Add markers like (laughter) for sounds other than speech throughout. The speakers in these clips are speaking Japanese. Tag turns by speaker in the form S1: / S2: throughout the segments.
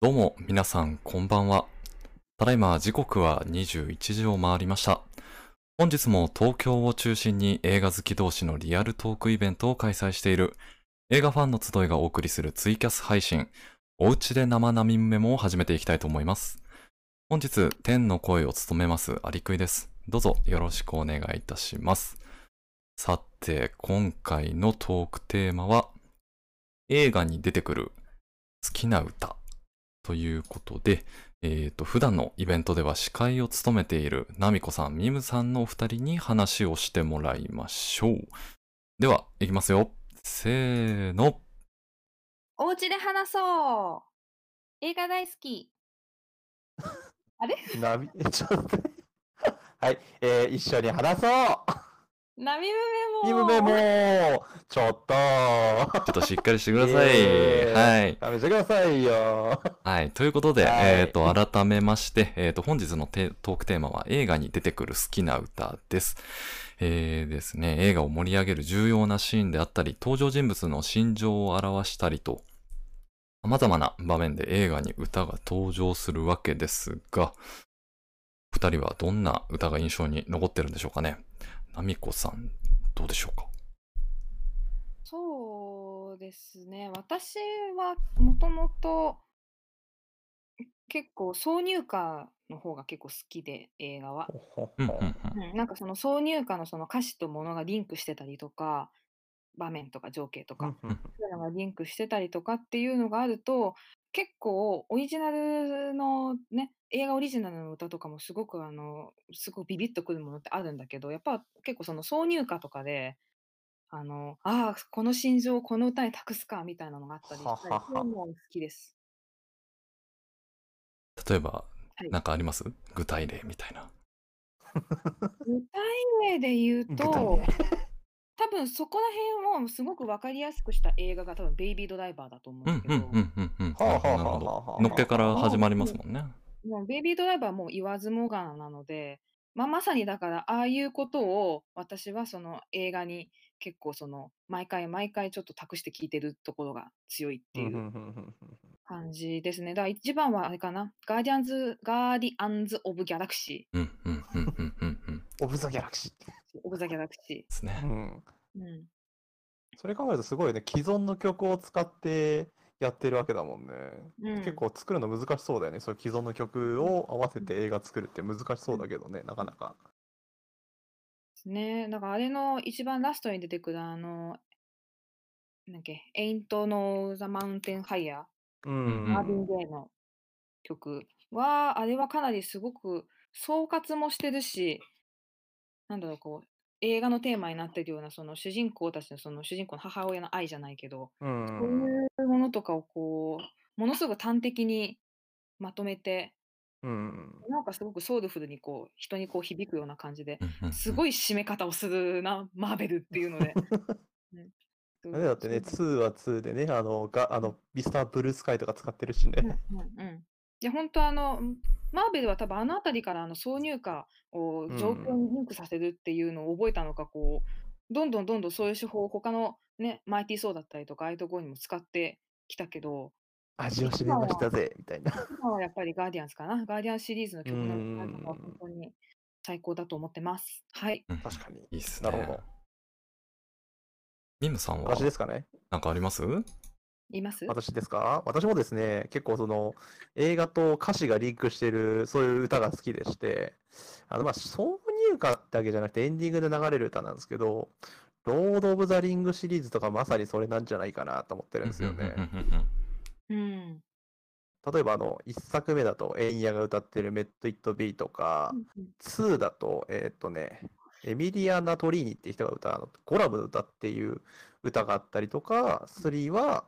S1: どうも、皆さん、こんばんは。ただいま、時刻は21時を回りました。本日も東京を中心に映画好き同士のリアルトークイベントを開催している、映画ファンの集いがお送りするツイキャス配信、おうちで生並みメモを始めていきたいと思います。本日、天の声を務めます、アリクイです。どうぞよろしくお願いいたします。さて、今回のトークテーマは、映画に出てくる好きな歌ということで、えー、と、普段のイベントでは司会を務めているナミコさん、ミムさんのお二人に話をしてもらいましょう。では、いきますよ。せーの。
S2: お家で話そう映画大好き
S3: ナビ、 (laughs) ちょっと待って。はい、えー一緒に話そう
S2: ナミムメモ
S3: イブメモちょっと
S1: ちょっとしっかりしてください。
S3: えー
S1: はい。
S3: やめてくださいよ
S1: はい。ということで、
S3: はい
S1: えっ、と、改めまして、えっ、と、本日のテトークテーマは映画に出てくる好きな歌です。えーですね、映画を盛り上げる重要なシーンであったり、登場人物の心情を表したりと、様々な場面で映画に歌が登場するわけですが、二人はどんな歌が印象に残ってるんでしょうかね。ナミコさん、どうでしょうか
S2: そうですね私はもともと結構挿入歌の方が結構好きで映画は、
S1: うんうんうん。
S2: うんなんかその挿入歌のその歌詞とものがリンクしてたりとか場面とか情景とか、そういうのがリンクしてたりとかっていうのがあると結構オリジナルのね映画オリジナルの歌とかもすごくあのすごくビビッとくるものってあるんだけどやっぱ結構その挿入歌とかであのああこの心情をこの歌に託すかみたいなのがあったりしたり
S3: ははは
S2: そういうのも好きです。
S1: 例えば
S2: い、
S1: なんかあります具体例みたいな。
S2: 具体例で言う
S3: 具
S2: と
S3: 体例
S2: 多分そこら辺をすごく分かりやすくした映画が多分「ベイビードライバー」だと思う
S1: う
S2: んだ
S1: ん
S2: け
S1: う
S2: ど。
S1: んうんうんうん。
S3: はあはあはあはあ
S1: なるほど。のっけから始まりますもんね。
S2: もうベイビードライバーはもう言わずもがななので、まあ、まさにだからああいうことを私はその映画に結構その毎回毎回ちょっと託して聞いてるところが強いって
S3: うん
S2: い
S3: うんうん
S2: う
S3: うん
S2: 感じですね。だから一番はあれかな、ガーディアンズ・ガーディアンズ・オブ・ギャラクシ
S1: うんうんうんうんうんうん。で
S3: オブザギャラクシ
S2: ー、オブ・ザ・ギャラクシ
S1: す
S3: ー、
S1: ね
S3: う。ん、
S2: ー。うん、
S3: それ考えるとすごいね既存の曲を使ってやってるわけだもんね、
S2: うん
S3: 結構作るの難しそうだよねそういう既存の曲を合わせて映画作るって難しそうだけどねなかなか
S2: ねなんかあれの一番ラストに出てくるあの、なんだっけ、エイントの・ザ・マウンテン・ハイヤー。
S3: うん
S2: マービン・ゲイの曲は、あれはかなりすごく総括もしてるし、なんだろう、こう、映画のテーマになってるような、その主人公たちの、その主人公の母親の愛じゃないけど、
S3: うん
S2: そういうものとかをこう、ものすごく端的にまとめて、
S3: うん
S2: なんかすごくソウルフルにこう、人にこう響くような感じで、す
S1: い。
S2: ごい締め方をするな、マーベルっていうの
S3: (laughs)
S2: で。うんすご
S3: あれだってね、
S2: そう
S3: 2は2でね、あの、があのビスターブルースカイとか使ってるしね。
S2: うんうんうんいや本当あのんマーベルは多分あの辺りからあの挿入歌を
S3: ん
S2: 状況にリンクさせるっていうのを覚えたのか、こうどんどんどんどんそういう手法を他のねマイティー・ソーだったりとかああいうところにも使ってきたけど
S3: 味を占めましたぜ、みたいな。
S2: 今はやっぱりガーディアンズかなガーディアンシリーズの曲の
S3: うん
S2: 歌とかは本当に最高だと思ってます。はい
S1: うん
S3: 確かに。
S1: いいっすね。
S3: なるほど。
S1: ミムさんは
S3: 私ですかね
S1: なんかありますうん
S2: 言います
S3: 私ですか私もですね、結構その、映画と歌詞がリンクしてる、そういう歌が好きでして、あの、まあ、挿入歌ってわけじゃなくてエンディングで流れる歌なんですけど、ロード・オブ・ザ・リングシリーズとかまさにそれなんじゃないかなと思ってるんですよね。
S1: うんうんうん
S2: うん
S3: 例えばあの、1作目だと、エンヤが歌ってるメット・イット・ビーとか、2だと、えーっとね、エミリア・ナトリーニっていう人が歌うあの、ゴラムの歌っていう歌があったりとか、3は、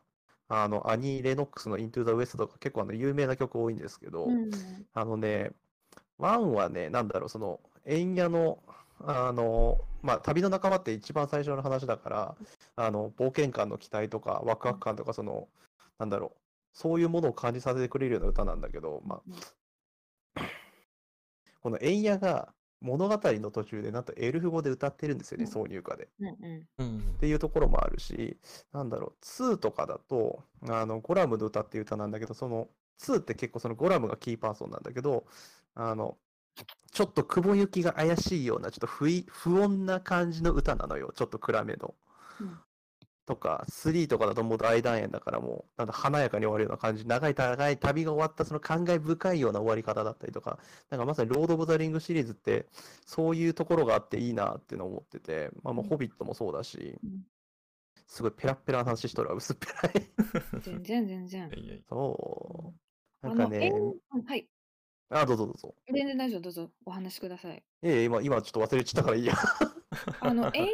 S3: あの、アニー・レノックスのイントゥ・ザ・ウエストとか結構あの、有名な曲多いんですけど、
S2: うん
S3: あのね、1はね、なんだろう、その、エンヤの、あの、まあ、旅の仲間って一番最初の話だから、あの、冒険感の期待とか、ワクワク感とか、その、なんだろう、そういうものを感じさせてくれるような歌なんだけど、まあ、このエンヤが物語の途中でなんとエルフ語で歌ってるんですよね、
S2: う
S3: 挿入歌で。っ
S2: うんうん
S1: うん
S3: ていうところもあるし、なんだろう、2とかだと、あの、ゴラムの歌っていう歌なんだけど、その、 2って結構そのゴラムがキーパーソンなんだけど、あの、ちょっと久保行きが怪しいような、ちょっと不意不穏な感じの歌なのよ。ちょっと暗めの。
S2: うん
S3: とか、3とかだともう大団円だからもう、なんだ華やかに終わるような感じ、長い長い旅が終わったその感慨深いような終わり方だったりとか、なんかまさにロード・オブ・ザ・リングシリーズって、そういうところがあっていいなっていうのを思ってて、まあもう
S2: うん
S3: ホビットもそうだし
S2: うん、
S3: すごいペラッペラな話しとるわ、薄っぺらい。
S2: 全然全
S1: い。
S2: 然
S1: やいやいや
S3: そう。なん
S2: あ
S3: か
S2: の
S3: ね
S2: え、うんはい
S3: あ、どうぞどうぞ。
S2: 全然大丈夫どうぞお話しください
S3: いやいや、今、今ちょっと忘れちゃったからいいや。
S2: あの、エンヤっ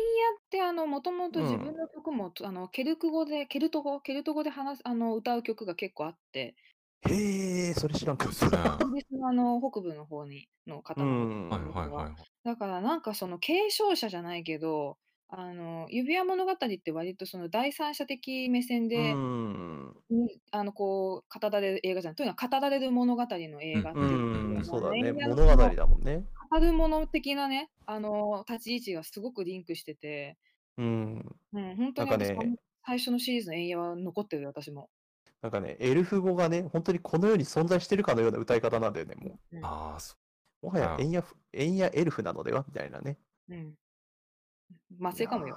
S2: てあの、もともと自
S3: うん
S2: 分の曲も、あの、ケルク語で、ケルト語、ケルト語で話す、あの、歌う曲が結構あって、
S3: へえ、それ知らんかっ
S1: ですね。
S3: た。
S1: は
S2: イギリスのあの、北部の方に、の方
S3: う
S2: なんで
S1: い
S3: ん。
S1: はい
S3: (laughs)
S1: はい。
S2: だからなんかその継承者じゃないけど、あの、指輪物語って割とその第三者的目線
S3: う
S2: で、
S3: ん。
S2: にあの、こう、語られる映画じゃん。というのは語られる物語の映画って
S3: う
S2: いう。
S3: ん、そうだね。
S2: 恋愛の
S3: 物語だもんね。
S2: 語るもの的なね、あの、立ち位置がすごくリンクしてて、
S3: うん。
S2: うん、本当
S3: なん
S2: に
S3: か
S2: 私、
S3: ね
S2: あの最初のシリーズのエンヤは残ってるよ、私も。
S3: なんかね、エルフ語がね、本当にこの世に存在してるかのような歌い方なんだよね。も
S2: うん
S1: ああ、そう
S3: もはや
S1: あ
S3: エンヤフ、エンヤエルフなのではみたいなね。
S2: うん。まあ、せかもよ。
S3: いや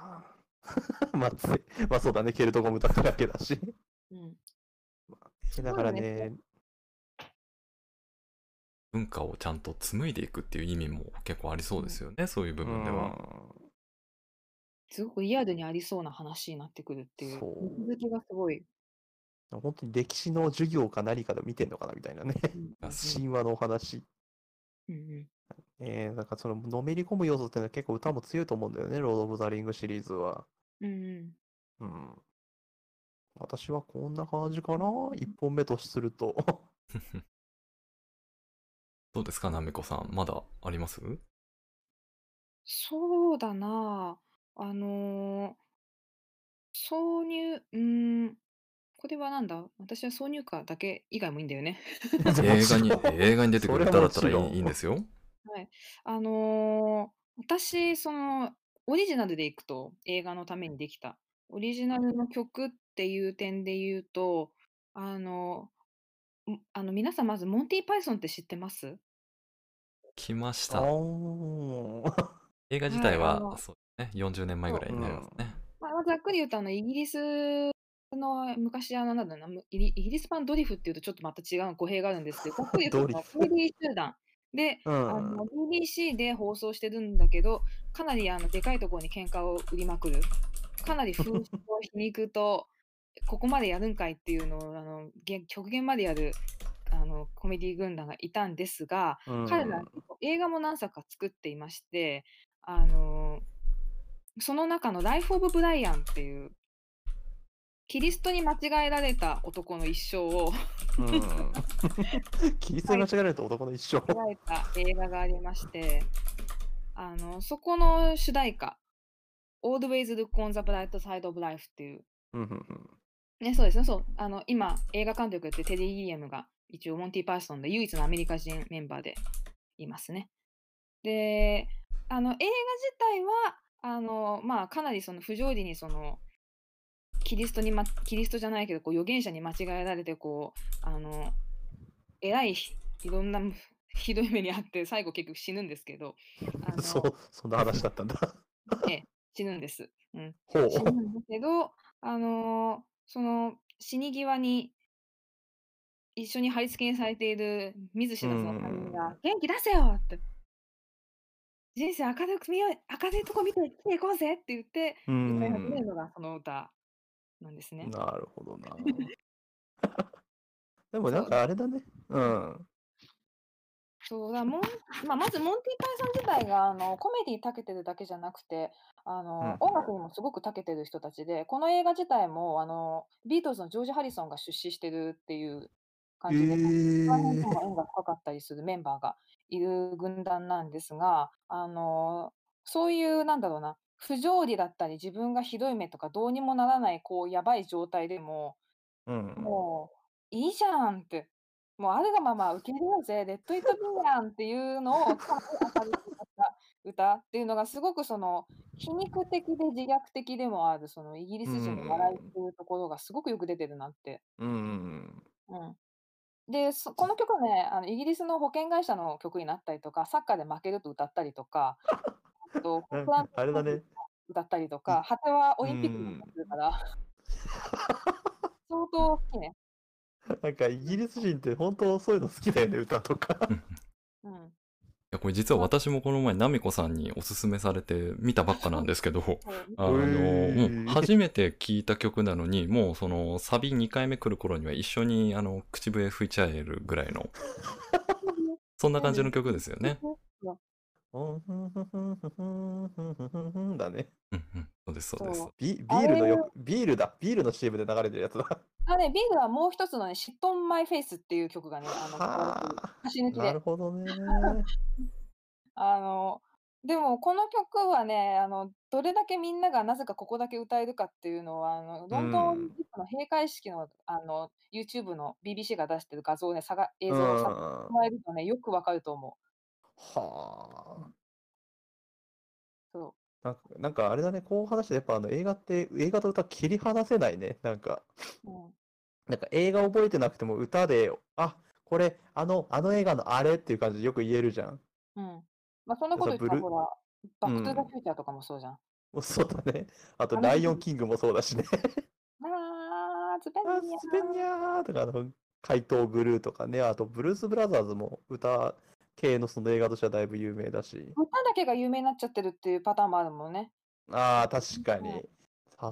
S3: ー。まあ、 (laughs) ついまあそうだね、ケルト語も歌っただけだし。
S2: うん。
S3: だから
S2: そうだ
S3: ね、
S1: 文化をちゃんと紡いでいくっていう意味も結構ありそうですよね、そういう部
S3: う
S1: 分では。
S3: ん
S2: すごくリアルにありそうな話になってくるっていう。
S3: そう
S2: 続きがすごい。
S3: 本当に歴史の授業か何かで見てんのかなみたいなね。
S2: (laughs) うん
S1: あそ
S3: 神話のお話。
S2: うんうん
S3: えー、なんかその、のめり込む要素っていうのは結構歌も強いと思うんだよね、ロード・オブ・ザ・リングシリーズは。
S2: うんうん
S3: うん。私はこんな感じかな一本目とすると。
S1: どうですか、なめこさん。まだあります
S2: そうだなああのー挿入、うーん、これはなんだ私は挿入歌だけ以外もいいんだよね。
S1: (laughs)
S3: (laughs)
S1: 映画に、映画に出てくる
S3: それは
S1: 歌だったらい
S3: もちろん
S1: いいいんですよ。
S2: あのー私、その、オリジナルでいくと、映画のためにできた、オリジナルの曲っていう点で言うと、あのんあの皆さんまず、モンティ・パイソンって知ってます
S1: 来ました。
S3: あー
S1: 映画自体
S2: はいあの
S1: は、そうですね、40年前ぐらいになりますね。
S2: まあ、ざっくり言うと、あの、イギリスの昔、あの、なんだろうな、むイギリイギリス版ドリフっていうとちょっとまた違う語弊があるんですけど、ざっくり言うと、
S3: (laughs) ドリ
S2: まあ
S3: フ
S2: コメディ集団で、
S3: う
S2: あ
S3: ん。
S2: の BBC で放送してるんだけど、かなりあのでかいところに喧嘩を売りまくる、かなり風習と皮肉と、 (laughs) ここまでやるんかいっていうのをあのげん極限までやるあのコメディ軍団がいたんですが、
S3: うん
S2: 彼らは結構映画も何作か作っていまして、あのその中の「ライフ・オブ・ブライアン」っていう、キリストに間違えられた男の一生を
S3: (laughs) うんキリストに間違えられた男の一生。
S2: 描いた映画がありましてあのそこの主題歌「Always Look on the Bright Side of Life」っていう、
S3: うんうんうん
S2: ね、そうですねそうあの今映画監督やってるテディ・ギリアムが一応モンティ・パーソンで唯一のアメリカ人メンバーでいますね。であの映画自体はあの、まあ、かなりその不条理にそのキリストに、ま、キリストじゃないけどこう預言者に間違えられてこうあのえらいひいろんなひどい目にあって最後結局死ぬんですけどあの
S3: (laughs) そう、そんな話だったんだ。
S2: 死ぬんです。うん (laughs)
S3: ほう。
S2: 死ぬんだけど、あのーその死に際に一緒に貼り付けにされている水志のその犯人
S3: う
S2: が「元気出せよ!」って「人生明るく見よう明るいとこ見て生きていこうぜ!」って言って
S3: う
S2: 歌い始 (laughs)
S3: ん
S2: めるのがその歌なんですね。
S3: なるほどな。 (laughs) でもなんかあれだね。うん。
S2: そうだもん、まあ、まずモンティ・パイソン自体があのコメディに長けてるだけじゃなくてあの、
S3: うん
S2: 音楽にもすごく長けてる人たちでこの映画自体もあのビートルズのジョージ・ハリソンが出資してるっていう感じで、
S3: え
S2: 大変そうな音楽深かったりするメンバーがいる軍団なんですが、あのそういうなんだろうな不条理だったり自分がひどい目とかどうにもならないこうやばい状態でも、
S3: うん。
S2: もういいじゃんって、もうあるがまま受け入れようぜ、レッド・イット・ビーやんっていうのをかなり明るく歌った歌っていうのがすごくその皮肉的で自虐的でもあるそのイギリス人の笑いっていうところがすごくよく出てるなって、
S3: うん。
S2: うん、でそこの曲ねあのイギリスの保険会社の曲になったりとかサッカーで負けると歌ったりとかあとフ
S3: (laughs) なん
S2: ラン
S3: か
S2: ス
S3: あれだね。
S2: 歌ったりとか果てはオリンピックにもするから (laughs) 相当好きね、
S3: なんかイギリス人って本当そういうの好きだよね、歌とか。
S2: うん、
S1: や、これ実は私もこの前、ナミコさんにおすすめされて見たばっかなんですけど、
S3: (laughs)
S2: そう
S1: あの、
S3: へー
S1: うん初めて聞いた曲なのに、もうそのサビ2回目来る頃には一緒にあの口笛吹いちゃえるぐらい
S3: (laughs)
S1: の、そんな感じの曲ですよね。
S3: だね。
S1: うんうん、そうです、そうです
S2: そ。
S3: ビビールのよ、ビールだ、ビールの CM で流れてるやつだ。
S2: あね、ビールはもう一つのね、シットンマイフェイスっていう曲がね、あの、
S3: は
S2: 歌抜
S3: あ、
S2: き
S3: な
S2: で
S3: る。ほどね。
S2: あの、でもこの曲はね、あの、どれだけみんながなぜかここだけ歌えるかっていうのは、あの、ロンドンオリンピックの閉会式の、あの、YouTube の BBC が出してる画像をね、さが映
S3: う
S2: 像
S3: ん。
S2: をさ
S3: は
S2: 加えるとね、よくわかると思
S3: あ。
S2: う。そ
S3: なんか、なんかあれだね、こう話して、やっぱあの映画って、映画と歌切り離せないね。なんか、
S2: う。うん
S3: なんか映画覚えてなくても歌で、あ、これ、あの、あの映画のあれっていう感じでよく言えるじゃん。
S2: うん。まあ、そんなこと言った
S3: ブ
S2: ら、
S3: ル
S2: ほら、バックトゥザ
S3: うん
S2: フューチャーとかもそうじゃん。
S3: もうそうだね。あと、
S2: あの
S3: ライオンキングもそう
S2: (laughs)
S3: だしね。
S2: あー、ズベ
S3: あ
S2: ニア
S3: スペニャーとか、あの、怪盗グルーとかね、あと、ブルース・ブラザーズも歌系のその映画としてはだいぶ有名だし。
S2: 歌だけが有名になっちゃってるっていうパターンもあるもんね。
S3: ああ、確か
S2: ね
S3: に。例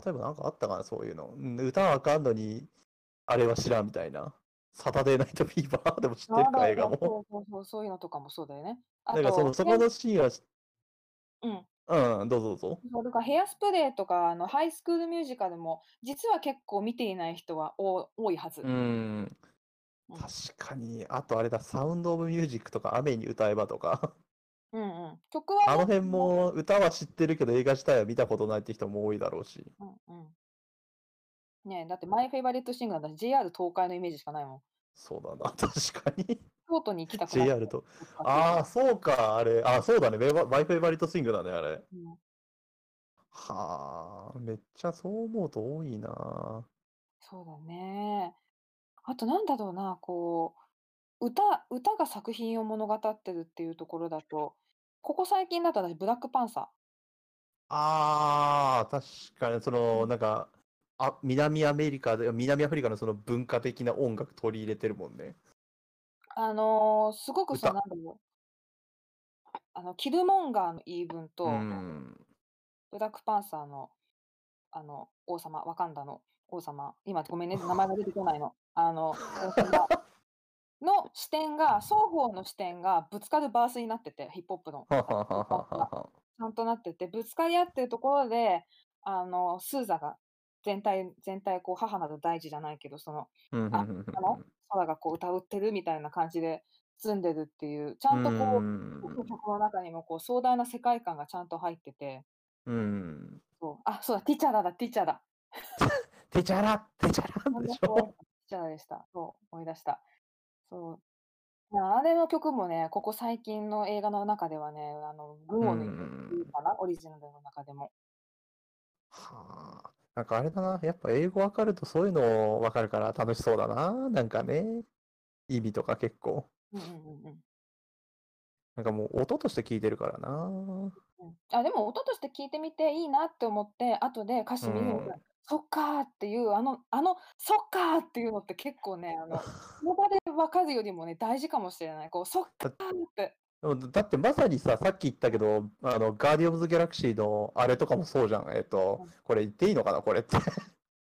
S3: えばなんかあったかな、そういうの。うん歌わかんのに、あれは知らんみたいな。サタデーナイトフィーバーでも知ってる
S2: あ
S3: か、
S2: る
S3: 映画
S2: ある
S3: も。
S2: そうそうそう、そういうのとかもそうだよね。あ
S3: (laughs) なんかその、
S2: と、
S3: そこのシーンはし、
S2: うん
S3: うん、どうぞどうぞ。
S2: そうだからヘアスプレーとかあのハイスクールミュージカルも実は結構見ていない人は多多いはず。
S3: うん。
S2: うん
S3: 確かに、あとあれだ、サウンド・オブ・ミュージックとか、雨に歌えばとか、 (laughs)
S2: うんうん曲は
S3: あ
S2: ね
S3: の辺も歌は知ってるけど、映画自体は見たことないって人も多いだろうし。
S2: うんうんねえだってマイフェイバリットシンガーだし JR 東海のイメージしかないもん。
S3: そうだな、 (laughs) 確かに。
S2: 京都に行きたくなっ
S3: JR と。ああ、そうか、あれ。あそうだね、メバマイフェイバリットシングだね、あれ。
S2: うん
S3: はあ、めっちゃそう思うと多いな。
S2: そうだね。あとなんだろうな、こう、歌、歌が作品を物語ってるっていうところだと、ここ最近だと私、ブラックパンサ
S3: ああ、確かに、その、なんか、あ、南アメリカで、南アフリカのその文化的な音楽取り入れてるもんね。
S2: ー。あのーすごくその、な
S3: 歌
S2: んだろう。あの、キルモンガーの言い分と、
S3: うん。
S2: ブラックパンサーの、あの、王様、ワカンダの王様、今ごめんね、名前が出てこないの。あの、王様の視点が、双方の視点がぶつかるバースになってて、ヒップホップの。
S3: はははははは。
S2: ちゃんとなっててぶつかり合ってるところであのスーザが全体全体こう母など大事じゃないけどその
S3: うんうん
S2: あ
S3: うん
S2: あの空がこう歌うってるみたいな感じで包んでるっていうちゃんとこ
S3: う
S2: う、
S3: ん
S2: 曲の中にもこう壮大な世界観がちゃんと入ってて
S3: うん。
S2: そうあそうだティチャラだティチャラ
S3: てちゃら、てちゃらでしょ。
S2: ティチャラでしたそう思い出したそうああれの曲もねここ最近の映画の中ではねあの群を抜いてっていうかな、オリジナルの中でも
S3: はあ。なんかあれだな。やっぱ英語わかるとそういうのわかるから楽しそうだな。なんかね。意味とか結構。
S2: うんうんうんうん
S3: なんかもう音として聞いてるからな。
S2: うんあでも音として聞いてみていいなって思って後で歌詞見るの
S3: うん
S2: がそっかーっていうあのあのそっかーっていうのって結構ね
S3: (laughs)
S2: あのその場で分かるよりもね大事かもしれないこうそっかーって
S3: でもだってまさにさ、さっき言ったけど、あの、ガーディオブズ・ギャラクシーのあれとかもそうじゃん。えっと、これ言っていいのかなこれって。 (laughs)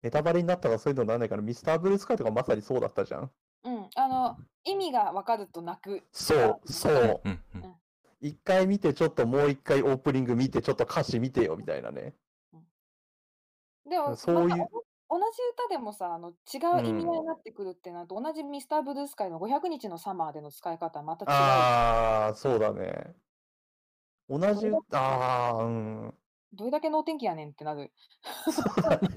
S3: ネタバレになったらそういうのなんないから、ミスター・ブルースカイとかまさにそうだったじゃん。
S2: うんあの意味が分かると泣く
S3: そう、そう。
S1: うんうん
S3: 一回見て、ちょっともう一回オープニング見て、ちょっと歌詞見てよ、みたいなね。
S2: でも
S3: そう
S2: ま
S3: い
S2: た
S3: う
S2: お同じ歌でもさあの違う意味合いになってくるってなると、同じミスターブルースカイの500日のサマーでの使い方はまた違う
S3: ああ、そうだね。同じ
S2: 俺だっ、て
S3: ああ、うん。
S2: どれだけ能天気やねんってなる
S3: そうだね。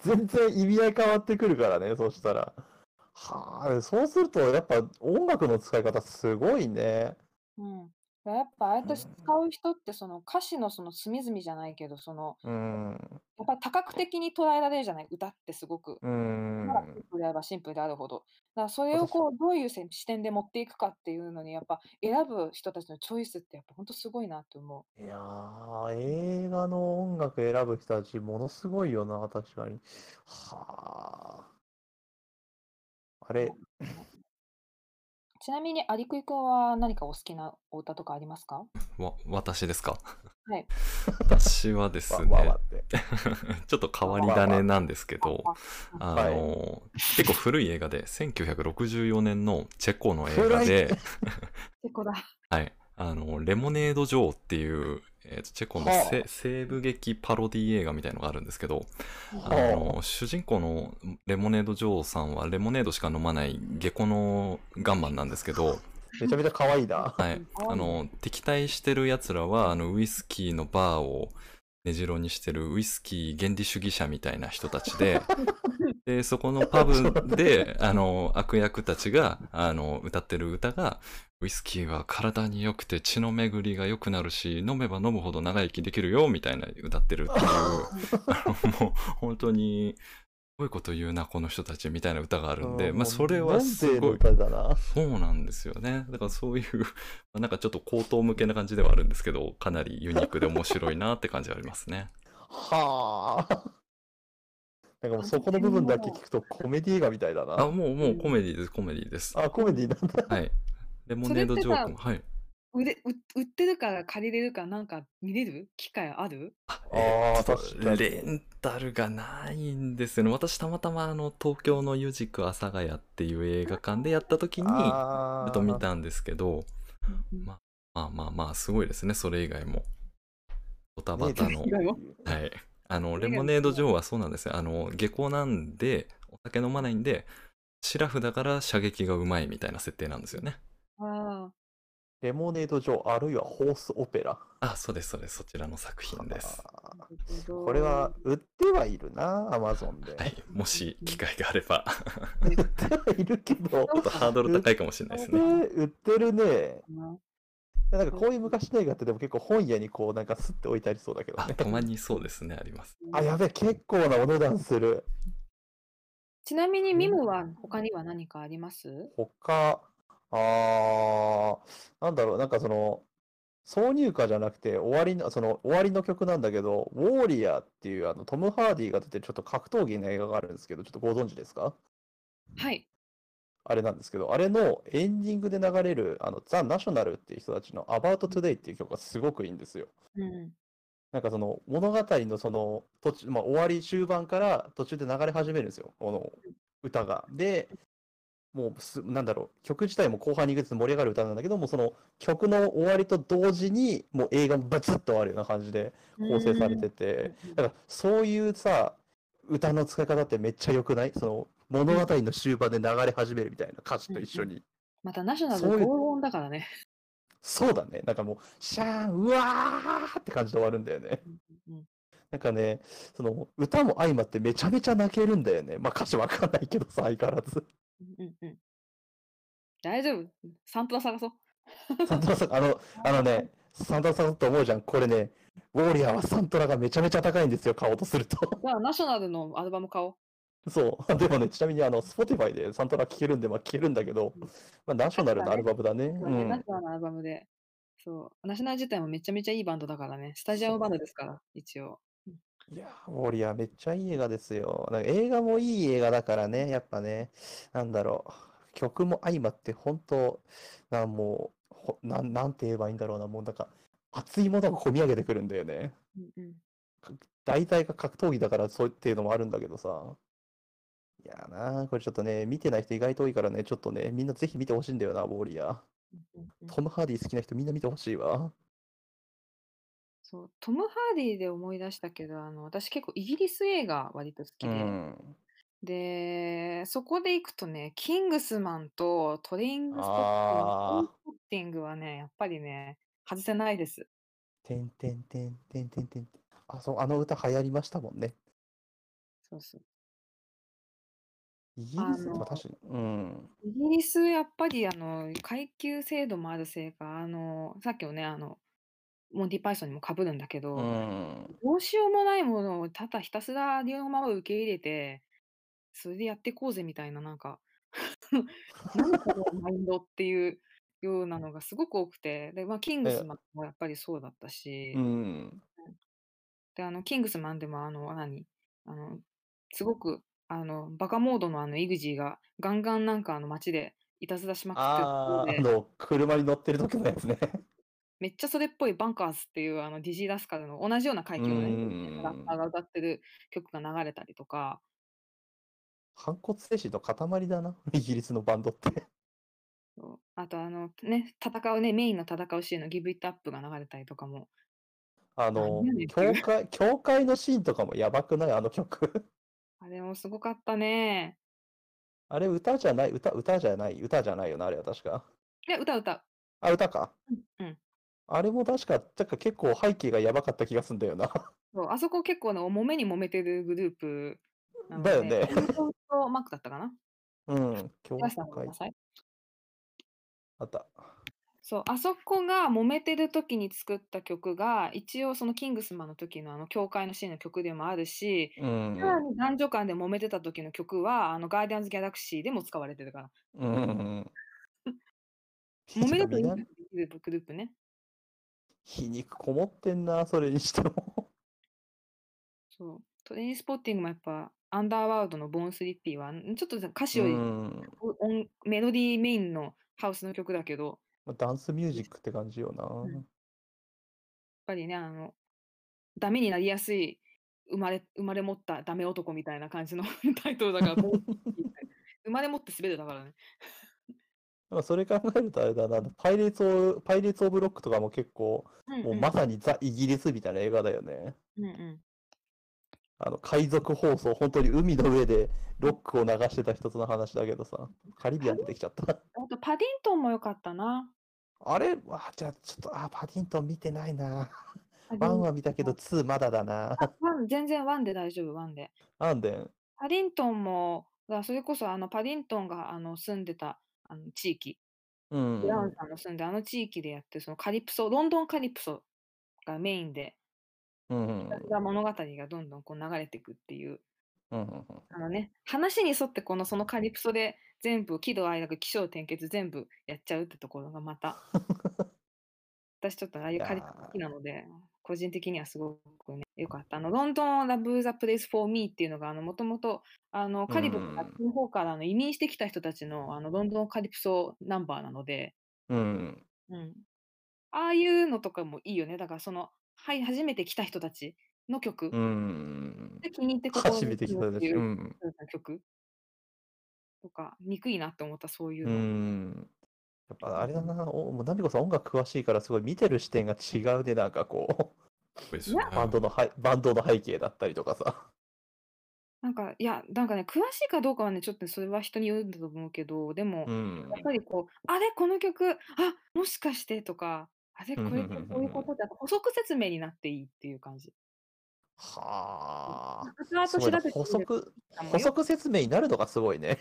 S3: 全然意味合い変わってくるからね、そうしたら。はあ、そうすると、やっぱ音楽の使い方すごいね。
S2: うん、からやっぱああやって使
S3: うん
S2: う人ってその歌詞のその隅々じゃないけどその
S3: うん。
S2: やっぱ多角的に捉えられるじゃない歌ってすごく。
S3: うん
S2: まあ、シンプルであればシンプルであるほど。だからそれをこうどういうせ視点で持っていくかっていうのにやっぱ選ぶ人たちのチョイスってやっぱ本当すごいなと思
S3: いやー、映画の音楽選ぶ人たち、ものすごいよな、確かに。はあ。あれ、
S2: う。ちなみにアリクイ君は何かお好きなお歌とかありますか
S1: わ、私ですか
S2: はい。
S1: (laughs) 私はです
S3: わ、
S1: ね、
S3: わ、わって。
S1: ちょっと変わり種なんですけど、あ
S3: はい
S1: の、結構古い映画で、1964年のチェコの映画で、
S2: 結構だ。
S1: はい、あの、レモネード・ジョーっていう、えーとチェコの
S3: はあ
S1: せ西部劇パロディ映画みたいのがあるんですけど、あ
S3: はあ
S1: の、主人公のレモネード・ジョーさんはレモネードしか飲まない下戸のガンマンなんですけど、
S3: めちゃめちゃ可愛い
S2: (laughs)
S3: な。
S1: はい、あの敵対してるやつらはあのウイスキーのバーを根城にしてるウイスキー原理主義者みたいな人たち
S3: (laughs)
S1: ででそこのパブであの悪役たちがあの歌ってる歌がウイスキーは体に良くて血の巡りが良くなるし飲めば飲むほど長生きできるよみたいな歌ってるっていう
S3: (laughs)
S1: あのもう本当にすごいこと言うなこの人たちみたいな歌があるんで、
S3: うん
S1: まあ、それはすごい
S3: もう。南米の歌だ (laughs) な。
S1: そうなんですよね。だからそういう、ま (laughs) あなんかちょっと口頭向けな感じではあるんですけど、かなりユニークで面白いなって感じはありますね。
S3: はあ。なんかもうそこの部分だけ聞くとコメディ映画みたいだ
S1: あ、
S3: な。
S1: もう、もうコメディです、コメディです。
S3: あ、コメディなんだ。
S1: はい。レモネードジョークも、はい。
S2: 売れ売売ってるか借りれるかなんか見れる機会ある
S3: ああ、
S1: ちょっ
S3: 確か
S1: と
S3: に。
S1: レンタルがないんですよね。私たまたまあの、東京のユジク阿佐ヶ谷っていう映画館でやった時に、ちょ
S3: あー
S1: っと見たんですけど、
S2: うん
S1: ままあまあまあ、すごいですね、それ以外も。ドタバ
S3: ね
S1: タの
S2: い。ろいろ
S1: はい。あの、
S2: それ
S1: レ
S2: が
S1: モネードジョーはそうなんですよ。あの、下校なんで、お酒飲まないんで、シラフだから射撃がうまいみたいな設定なんですよね。
S2: あ
S3: レモネード上、あるいはホースオペラ。
S1: あ、そうです、そうです。そちらの作品です。
S3: あー
S2: ーなるほど
S3: これは売ってはいるな、アマゾンで。
S1: はい。もし、機会があれば、
S3: 売ってはいるけど、
S1: ちょっとハードル高いかもしれないですね。
S3: 売ってるね。
S2: うん
S3: なんかこういう昔の映画ってでも結構本屋にこうなんかすって置いてありそうだけど
S1: あ、
S3: ね。
S1: たまにそうですね、あります。
S3: あ、やべえ、結構なお値段する。
S2: ちなみにミムは他には何かあります
S3: 他、あー、なんだろう、なんかその、挿入歌じゃなくて、終わりの、その、終わりの曲なんだけど、ウォーリアーっていう、あの、トム・ハーディが出てるちょっと格闘技の映画があるんですけど、ちょっとご存知ですか
S2: はい。
S3: あれなんですけど、あれのエンディングで流れる、あの、ザ・ナショナルっていう人たちの About Today っていう曲がすごくいいんですよ。
S2: うん。
S3: なんかその物語のその途中、まあ、終わり終盤から途中で流れ始めるんですよ、この歌が。で、もうす、なんだろう、曲自体も後半に行くつ盛り上がる歌なんだけども、その曲の終わりと同時に、もう映画もバツッと終わるような感じで構成されてて、
S2: うん
S3: だからそういうさ、歌の使い方ってめっちゃ良くないその物語の終盤で流れ始めるみたいな歌詞と一緒に。
S2: またナショナ
S3: そう
S2: ル
S3: いう
S2: 合音だからね。
S3: そうだね、なんかもう、シャーン、うわーって感じで終わるんだよね。
S2: うん
S3: なんかね、その歌も相まってめちゃめちゃ泣けるんだよね。まあ歌詞わかんないけどさ、相変わらず。
S2: うんうん大丈夫。サンプル探そう。
S3: サントラさん、あの、あのね、サントラさんと思うじゃん。これね、ウォーリアーはサントラがめちゃめちゃ高いんですよ、買おうとすると。 (laughs)
S2: じゃあナショナルのアルバム買おう。
S3: そう。でもね、ちなみにあの、Spotify でサントラ聴けるんで、まあ聴けるんだけど、まあナショナルのアルバムだね。う
S2: ナシ
S3: ん。
S2: ョナルのアルバムで。そう。ナショナル自体もめちゃめちゃいいバンドだからね。スタジアムバンドですから、一応。
S3: いやー、ウォーリアーめっちゃいい映画ですよ。なんか映画もいい映画だからね、やっぱね、なんだろう。曲も相まって、本当なんもう、ほなん、なんて言えばいいんだろうな、もうなんか、熱いものが込み上げてくるんだよね。
S2: うんうん
S3: 大体が格闘技だからそうっていうのもあるんだけどさ。いやーなー、これちょっとね、見てない人意外と多いからね、ちょっとね、みんなぜひ見てほしいんだよな、ウォーリアー。
S2: うんうんうん
S3: トム・ハーディ好きな人みんな見てほしいわ。
S2: そうトム・ハーディで思い出したけどあの私結構イギリス映画割と好き
S3: う
S2: で、
S3: ん。
S2: で、そこで行くとね、キングスマンとトレイングスポッティングトレイ
S3: あ
S2: ン
S3: ー
S2: グスポッティングはね、やっぱりね、外せないです。
S3: てんてんてんてんてんてんてん。あ、そう、あの歌流行りましたもんね。
S2: そうそう。
S3: イギリス、
S2: あの
S3: まあ、確かに。うん。
S2: イギリス、やっぱりあの階級制度もあるせいか、あのさっきのね、あのモンティ・パイソンにもかぶるんだけど、
S3: うん。
S2: どうしようもないものをただひたすらありのまま受け入れて、それでやってこうぜみたいな、なんか、 (laughs) 何このマインドっていうようなのがすごく多くて、でまあ、キングスマンもやっぱりそうだったし、
S3: うん。
S2: であのキングスマンでもあの何あのすごくあのバカモードのあのイグジーがガンガンなんかあの街でいたずらしまくってるところ
S3: ああ、
S2: で
S3: あの、車に乗ってる時のやつね。
S2: めっちゃそれっぽいバンカーズっていうあのディジー・ラスカルの同じような階級のね、キャラクターが歌ってる曲が流れたりとか、
S3: 反骨精神の塊だな、 (laughs) イギリスのバンドって。
S2: そうあとあのね、戦うね、メインの戦うシーンのギブイットアップが流れたりとかも、
S3: あの
S2: 何やね、ん
S3: 教会、教会のシーンとかもやばくないあの曲。 (laughs)
S2: あれもすごかったね。
S3: あれ歌じゃない、歌、歌じゃない、歌じゃないよな、あれは確か。
S2: で、歌歌
S3: あ、歌か。
S2: うんうん
S3: あれも確か、なんか結構背景がやばかった気がすんだよな。 (laughs)
S2: そう。あそこ結構ね、揉めに揉めてるグループなの
S3: だよ
S2: で
S3: ね。
S2: ジョンソンとマックだった
S3: (laughs)
S2: かな
S3: うん、教
S2: ラスさんごめん
S3: 会
S2: な。さい。
S3: あった。
S2: そう、あそこが揉めてる時に作った曲が、一応そのキングスマンの時のあの教会のシーンの曲でもあるし、
S3: うん
S2: さらに男女間で揉めてた時の曲は、あのガーディアンズ・ギャラクシーでも使われてるから。
S3: うん。うん。
S2: 揉めるといい
S3: みんな
S2: グループグループね。
S3: 皮肉こもってんな、それにしても。
S2: そう。トレインスポッティングもやっぱ、アンダーワールドのボーンスリッピーは、んちょっと歌詞より、
S3: ん。
S2: お音メロディーメインのハウスの曲だけど、やっ
S3: まあダンスミュージックって感じよな。
S2: んぱりね、あの、ダメになりやすい、生まれ、生まれ持ったダメ男みたいな感じの (laughs) タイトルだから、ボーンスリッピーって生まれ持って全てだからね。
S3: まあそれ考えるとあれだな、パイレーツ・オブ・パイレーツオブロックとかも結構、
S2: うん
S3: もう
S2: う
S3: うんまさにザ・イギリスみたいな映画だよね。
S2: うんうん
S3: あの、海賊放送、本当に海の上でロックを流してた一つの話だけどさ、カリビアン出てきちゃった。
S2: あと、パディントンも良かったな。
S3: あれあ、じゃあちょっと、あ、パディントン見てないな。
S2: パデ
S3: ワ
S2: ィ
S3: ン
S2: ン
S3: は見たけど、ツーまだだな。
S2: (laughs) ワ
S3: (laughs)
S2: ン全然ワンで大丈夫、ワンで。
S3: なんでん
S2: パディントンも、だそれこそあのパディントンがあの住んでたあの地域、
S3: うん
S2: ブラウンさんの住んであの地域でやってるそのカリプソ、ロンドンカリプソがメインで、
S3: うん
S2: ひたすら物語がどんどんこう流れていくっていう、
S3: うんうん
S2: あのね、話に沿ってこのそのカリプソで全部、喜怒哀楽、起承転結全部やっちゃうってところがまた、
S3: (laughs)
S2: 私ちょっとああいうカリプソ好きなので、個人的にはすごくね、よかった。あの、ロンドン・ラブ・ザ・プレイス・フォー・ミーっていうのが、あの、もともと、あの、カリブから、
S3: うん
S2: この方からあの移民してきた人たちの、あの、ロンドン・カリプソナンバーなので、
S3: うん
S2: うん。ああいうのとかもいいよね。だから、その、はい、初めて来た人たちの曲
S3: う、ん
S2: で気に入って
S3: 歌詞
S2: に
S3: 見てき
S2: 来よ
S3: た
S2: うっ
S3: で
S2: て
S3: し
S2: い
S3: ょ。う
S2: うん曲とか、憎いなって思った、そういう
S3: う
S2: の。
S3: んやっぱあれだな、おもうナミコさん音楽詳しいからすごい見てる視点が違うね、なんかこ
S1: ですね
S3: う、バンドのはいバンドの背景だったりとかさ。
S2: なんか、いや、なんかね、詳しいかどうかはね、ちょっとそれは人によるんだと思うけど、でも、
S3: うん
S2: やっぱりこう、あれ、この曲、あもしかしてとか、あれ、こ
S3: うんうん
S2: れ、
S3: うんうん
S2: こういうことだと、補足説明になっていいっていう感じ。
S3: は
S2: 後
S3: あ。
S2: 々
S3: す
S2: 調
S3: ごいな
S2: べて
S3: 補
S2: みる
S3: 足、
S2: かも
S3: 補
S2: よ
S3: 足説明になるのがすごいね。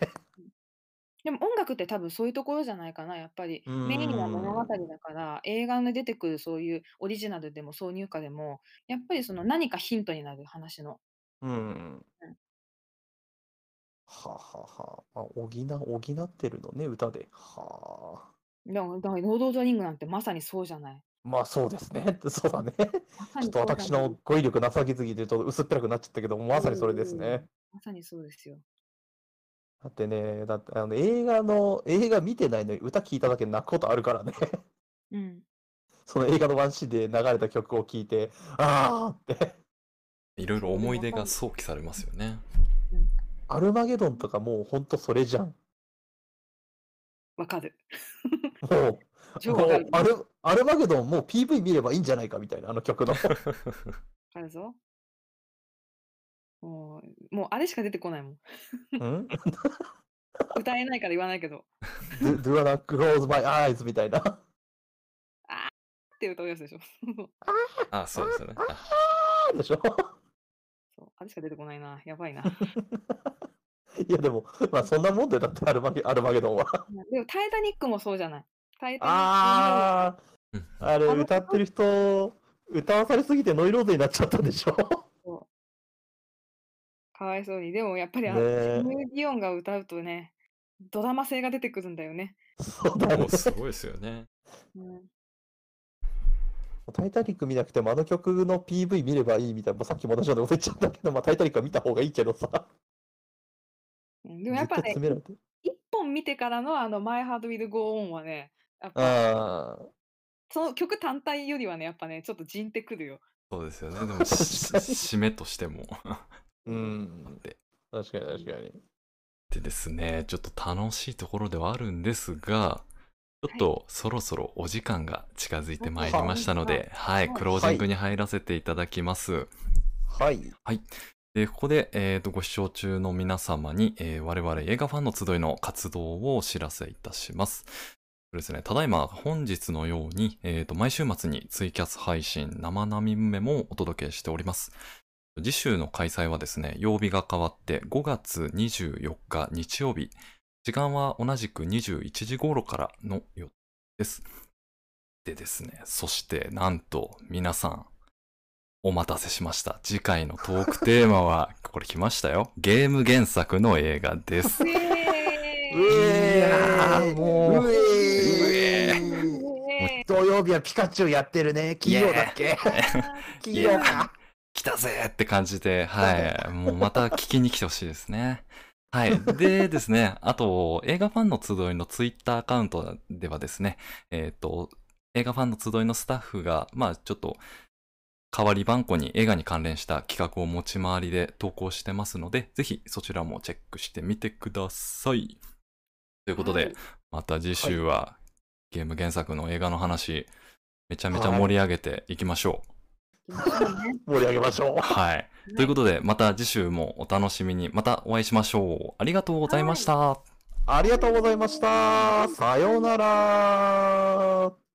S2: でも音楽って多分そういうところじゃないかな、やっぱり。メインは物語だから、映画に出てくるそういうオリジナルでも挿入歌でも、やっぱりその何かヒントになる話の。
S3: うん。はあはあはあ。あ補、補ってるのね、歌で。はあ。
S2: だから、だからロード・オブ・ザ・リングなんてまさにそうじゃない。
S3: まあそうですね。 (laughs) そうだね。
S2: まさ
S3: ちょっ
S2: に
S3: と
S2: そうじゃ
S3: 私
S2: ない
S3: の語彙力なさぎすぎて、ちょっと薄っぺらくなっちゃったけど、まさにそれですね。
S2: まさにそうですよ。
S3: だってね、だってあの映画の、映画見てないのに歌聞いただけで泣くことあるからね。 (laughs)
S2: うん。
S3: その映画のワンシーンで流れた曲を聴いて、あーって。
S1: いろいろ思い出が想起されますよ (laughs) ね。
S3: アルマゲドンとかもうほんとそれじゃん。
S2: わか
S3: (laughs)
S2: る。
S3: もう、
S2: 超
S3: も
S2: わか
S3: う
S2: る。
S3: ア
S2: わ
S3: ル、アルマゲドンもう PV 見ればいいんじゃないかみたいな、あの曲の。
S2: かるぞ。もう、もうあれしか出てこないもん。
S3: うん
S2: 歌えないから言わないけど。
S3: Do, do not close my eyes みたいな。 (laughs)
S2: って歌うやつでしょ。 (laughs)
S1: あ、そうですよね。あ
S3: あーでしょ (laughs)
S2: そうあれしか出てこないな。やばいな。
S3: いやでも、まあそんなもんでだってアルマゲアルマゲドンは。
S2: でもタイタニックもそうじゃない。タイタニックも
S3: あ
S1: うん
S3: あ、あれ
S2: あの
S3: 歌ってる人、歌わされすぎてノイローゼになっちゃったでしょ。 (laughs)
S2: かわいそうに。でもやっぱりあの、
S3: ね
S2: ジ
S3: え
S2: ャム・ディオンが歌うとね、ドラマ性が出てくるんだよね。
S3: そうだ
S1: も
S3: ね
S1: う。すごいですよね。
S2: うん、
S3: タイタニック見なくてもあの曲の PV 見ればいいみたいな、もうさっきも同じようなこと言っちゃったけど、まあタイタニックは見た方がいいけどさ。
S2: うんでもやっぱ
S3: ずっと
S2: ね、
S3: 詰められて。
S2: 一本見てからのあの、My Heart Will Go On はね、やっぱ
S3: ああ。
S2: その曲単体よりはね、やっぱね、ちょっとじんってくる
S3: (laughs)
S2: よ。
S1: そうですよね。でも、し
S3: 確かに
S1: 締めとしても。
S3: う
S1: あっ
S3: ん。
S1: て
S3: 確かに確かに。
S1: でですね、ちょっと楽しいところではあるんですが、ちょっとそろそろお時間が近づいてまいりましたので、はい、クロージングに入らせていただきます。
S3: はい。
S1: で、ここで、えーとご視聴中の皆様に、えー我々映画ファンの集いの活動をお知らせいたします。そうですね、ただいま本日のように、えーと毎週末にツイキャス配信生並み目もお届けしております。次週の開催はですね、曜日が変わって5月24日日曜日、時間は同じく21時頃からの予定です。でですね、そしてなんと皆さん、お待たせしました。次回のトークテーマは、これ来ましたよ。ゲーム原作の映画です。
S2: イエーイ
S3: え
S1: ーもう
S3: う
S2: イ
S3: えー (laughs)
S2: エ
S3: 土曜日はピカチュウやってるね。金曜だっけ
S2: ーイ
S3: 金曜か。
S1: 来たぜって感じで、はい。もうまた聞きに来てほしいですね。はい。でですね、あと、映画ファンの集いのツイッターアカウントではですね、えっ、と、映画ファンの集いのスタッフが、まあちょっと、代わり番号に映画に関連した企画を持ち回りで投稿してますので、ぜひそちらもチェックしてみてください。ということで、
S2: はい
S1: また次週は、ゲーム原作の映画の話、めちゃめちゃ盛り上げていきましょう。
S3: 盛り上げましょう。
S1: はい。ということで、また次週もお楽しみに、またお会いしましょう。ありがとうございました。
S3: ありがとうございました。さようなら。